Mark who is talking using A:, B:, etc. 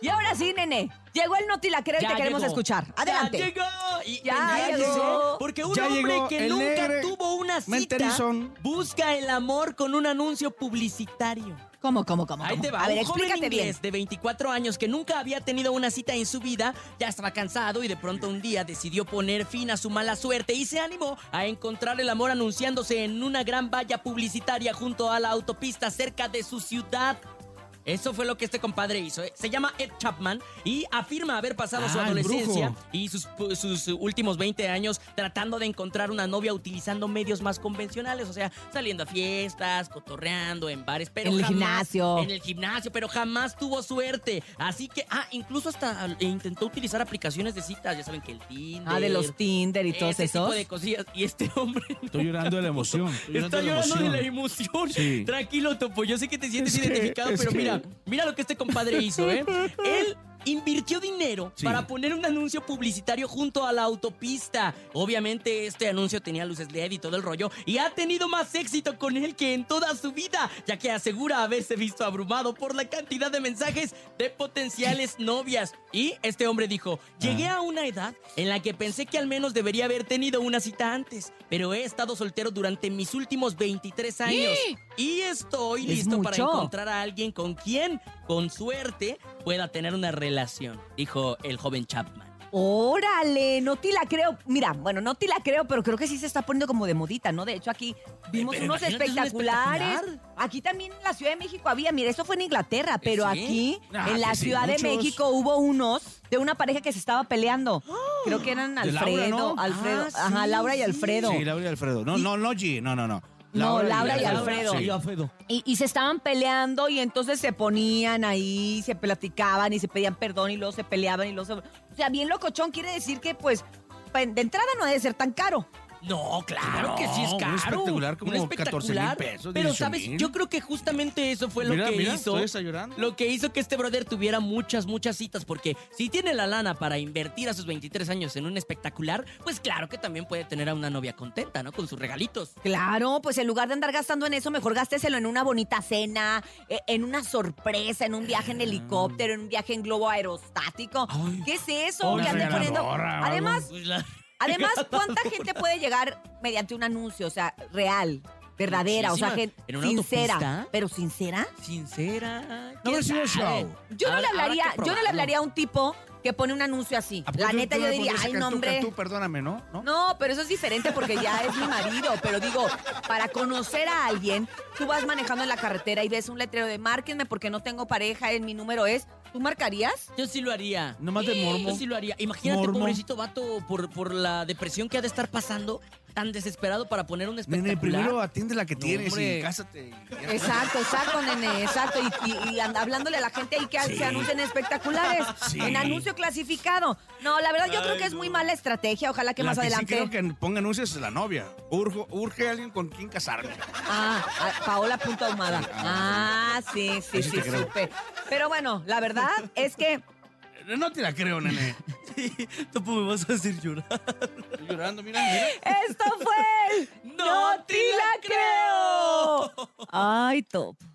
A: Y ahora sí, nene. Llegó el notilacrero y
B: Ya
A: te queremos
B: llegó.
A: escuchar.
B: Ya
A: Adelante.
B: llegó. Y-
A: Ya
B: y-
A: llegó.
B: Porque un
C: Ya
B: hombre
C: llegó
B: que
C: el
B: nunca
C: negre
B: tuvo una cita
C: Menterizón.
B: busca el amor con un anuncio publicitario.
A: ¿Cómo, cómo, cómo?
B: Ahí
A: cómo?
B: te va.
A: A ver,
B: un joven
A: explícate bien.
B: inglés de 24 años que nunca había tenido una cita en su vida, ya estaba cansado y de pronto un día decidió poner fin a su mala suerte y se animó a encontrar el amor anunciándose en una gran valla publicitaria junto a la autopista cerca de su ciudad. Eso fue lo que este compadre hizo. ¿eh? Se llama Ed Chapman y afirma haber pasado su
C: Ah, el
B: adolescencia
C: brujo.
B: y sus, pu- sus últimos 20 años tratando de encontrar una novia utilizando medios más convencionales, o sea, saliendo a fiestas, cotorreando en bares, pero
A: En el
B: jamás-
A: gimnasio.
B: En el gimnasio, pero jamás tuvo suerte. Así que, ah, incluso hasta eh, intentó utilizar aplicaciones de citas, ya saben que el Tinder.
A: Ah, de los Tinder y todos
B: ese tipo
A: esos.
B: de cosillas. Y este hombre
C: Estoy llorando de la emoción. estoy
B: Está llorando de la
C: emoción.
B: emoción.
C: Sí.
B: Tranquilo, Topo. Yo sé que te sientes
C: Es que-
B: identificado,
C: es
B: pero
C: que-
B: mira, mira lo que este compadre hizo, ¿eh? Él invirtió dinero
C: Sí.
B: para poner un anuncio publicitario junto a la autopista. Obviamente, este anuncio tenía luces LED y todo el rollo, y ha tenido más éxito con él que en toda su vida, ya que asegura haberse visto abrumado por la cantidad de mensajes de potenciales novias. Y este hombre dijo: Llegué
A: Ah.
B: a una edad en la que pensé que al menos debería haber tenido una cita antes, pero he estado soltero durante mis últimos 23 años y estoy
A: Es
B: listo para
A: mucho.
B: encontrar a alguien con quien, con suerte, pueda tener una relación, dijo el joven Chapman.
A: Órale, no te la creo. Mira, bueno, no te la creo, pero creo que sí se está poniendo como de modita, ¿no? De hecho, aquí vimos
B: pero
A: unos
B: imagínate, es un
A: espectaculares.
B: espectacular. Eh,
A: Aquí también en la Ciudad de México había, mira, eso fue en Inglaterra, pero
B: sí.
A: aquí
C: Ah,
A: en la
C: sí, sí,
A: Ciudad de
C: muchos.
A: México hubo unos de una pareja que se estaba peleando. Creo que eran
C: De Laura,
A: Alfredo,
C: ¿no?
A: Alfredo,
B: Ah,
A: ajá,
B: sí,
A: Laura y
B: sí.
A: Alfredo.
C: Sí, Laura y Alfredo. No, no, no, G. No, no, no.
A: No, Laura y
C: Alfredo.
A: Alfredo.
C: Sí.
A: Y, y se estaban peleando y entonces se ponían ahí, se platicaban y se pedían perdón y luego se peleaban y luego se... O sea, bien locochón quiere decir que pues pa- de entrada no debe ser tan caro.
B: No, claro que sí es
C: un
B: caro.
C: espectacular como 14,000 pesos,
B: Pero,
C: 18,000.
B: ¿sabes? Yo creo que justamente eso fue lo
C: Mira,
B: que
C: mira,
B: hizo.
C: estoy hasta llorando.
B: Lo que hizo que este brother tuviera muchas, muchas citas. Porque si tiene la lana para invertir a sus 23 años en un espectacular, pues claro que también puede tener a una novia contenta, ¿no? Con sus regalitos.
A: Claro, pues en lugar de andar gastando en eso, mejor gásteselo en una bonita cena, e- en una sorpresa, en un viaje
B: Mm.
A: en helicóptero, en un viaje en globo aerostático. ¿Qué es eso?
C: Una
A: Que ande poniendo.
C: regaladora o
A: Además,
B: Pues la-
A: además, ¿cuánta gente puede llegar mediante un anuncio? O sea, real, verdadera, o sea,
B: Muchísima.
A: gente
B: ¿En una
A: sincera.
B: autopista?
A: ¿Pero sincera?
B: Sincera.
C: No,
B: ¿quién
C: es un
B: sabe?
C: show.
A: Yo no
B: Habrá-
A: le hablaría,
B: habrá
A: yo no
B: que
A: le
B: probarlo.
A: hablaría a un tipo que pone un anuncio así.
C: ¿A poco
A: La
C: tú-
A: neta,
C: tú
A: yo
C: le
A: diría,
C: pondrías a
A: ay,
C: Cantú,
A: no, hombre.
C: Cantú, perdóname, ¿no? ¿no?
A: No, pero eso es diferente porque ya es mi marido. Pero digo, para conocer a alguien, tú vas manejando en la carretera y ves un letrero de márquenme porque no tengo pareja, en mi número es. ¿Tú marcarías?
B: Yo sí lo haría.
C: Nomás de
B: Yo
C: mormo.
B: sí lo haría. Imagínate,
C: Mormo.
B: pobrecito vato, por, por la depresión que ha de estar pasando, tan desesperado para poner un espectacular.
C: Nene, primero atiende la que
B: No,
C: tienes
B: hombre.
C: y cásate. y-
A: Exacto, exacto, nene, exacto. Y, y- y anda- hablándole a la gente ahí que
C: Sí.
A: se anuncien espectaculares.
C: Sí.
A: En anuncio clasificado. No, la verdad yo creo que es muy mala estrategia. Ojalá que
C: La
A: más
C: que sí
A: adelante.
C: creo que ponga anuncios es la novia. Urjo- urge alguien con quien casarme.
A: Ah, ah, Paola Punta Ahumada. Ah, sí, sí,
C: Ahí Pues sí
A: sí,
C: te creo.
A: supe. Pero bueno, la verdad es que
C: No te la creo, nene.
B: Topo, pues me vas a hacer llorar.
C: Estoy llorando, mira, mira.
A: esto fue el
B: ¡No te la creo!
A: Ay, top.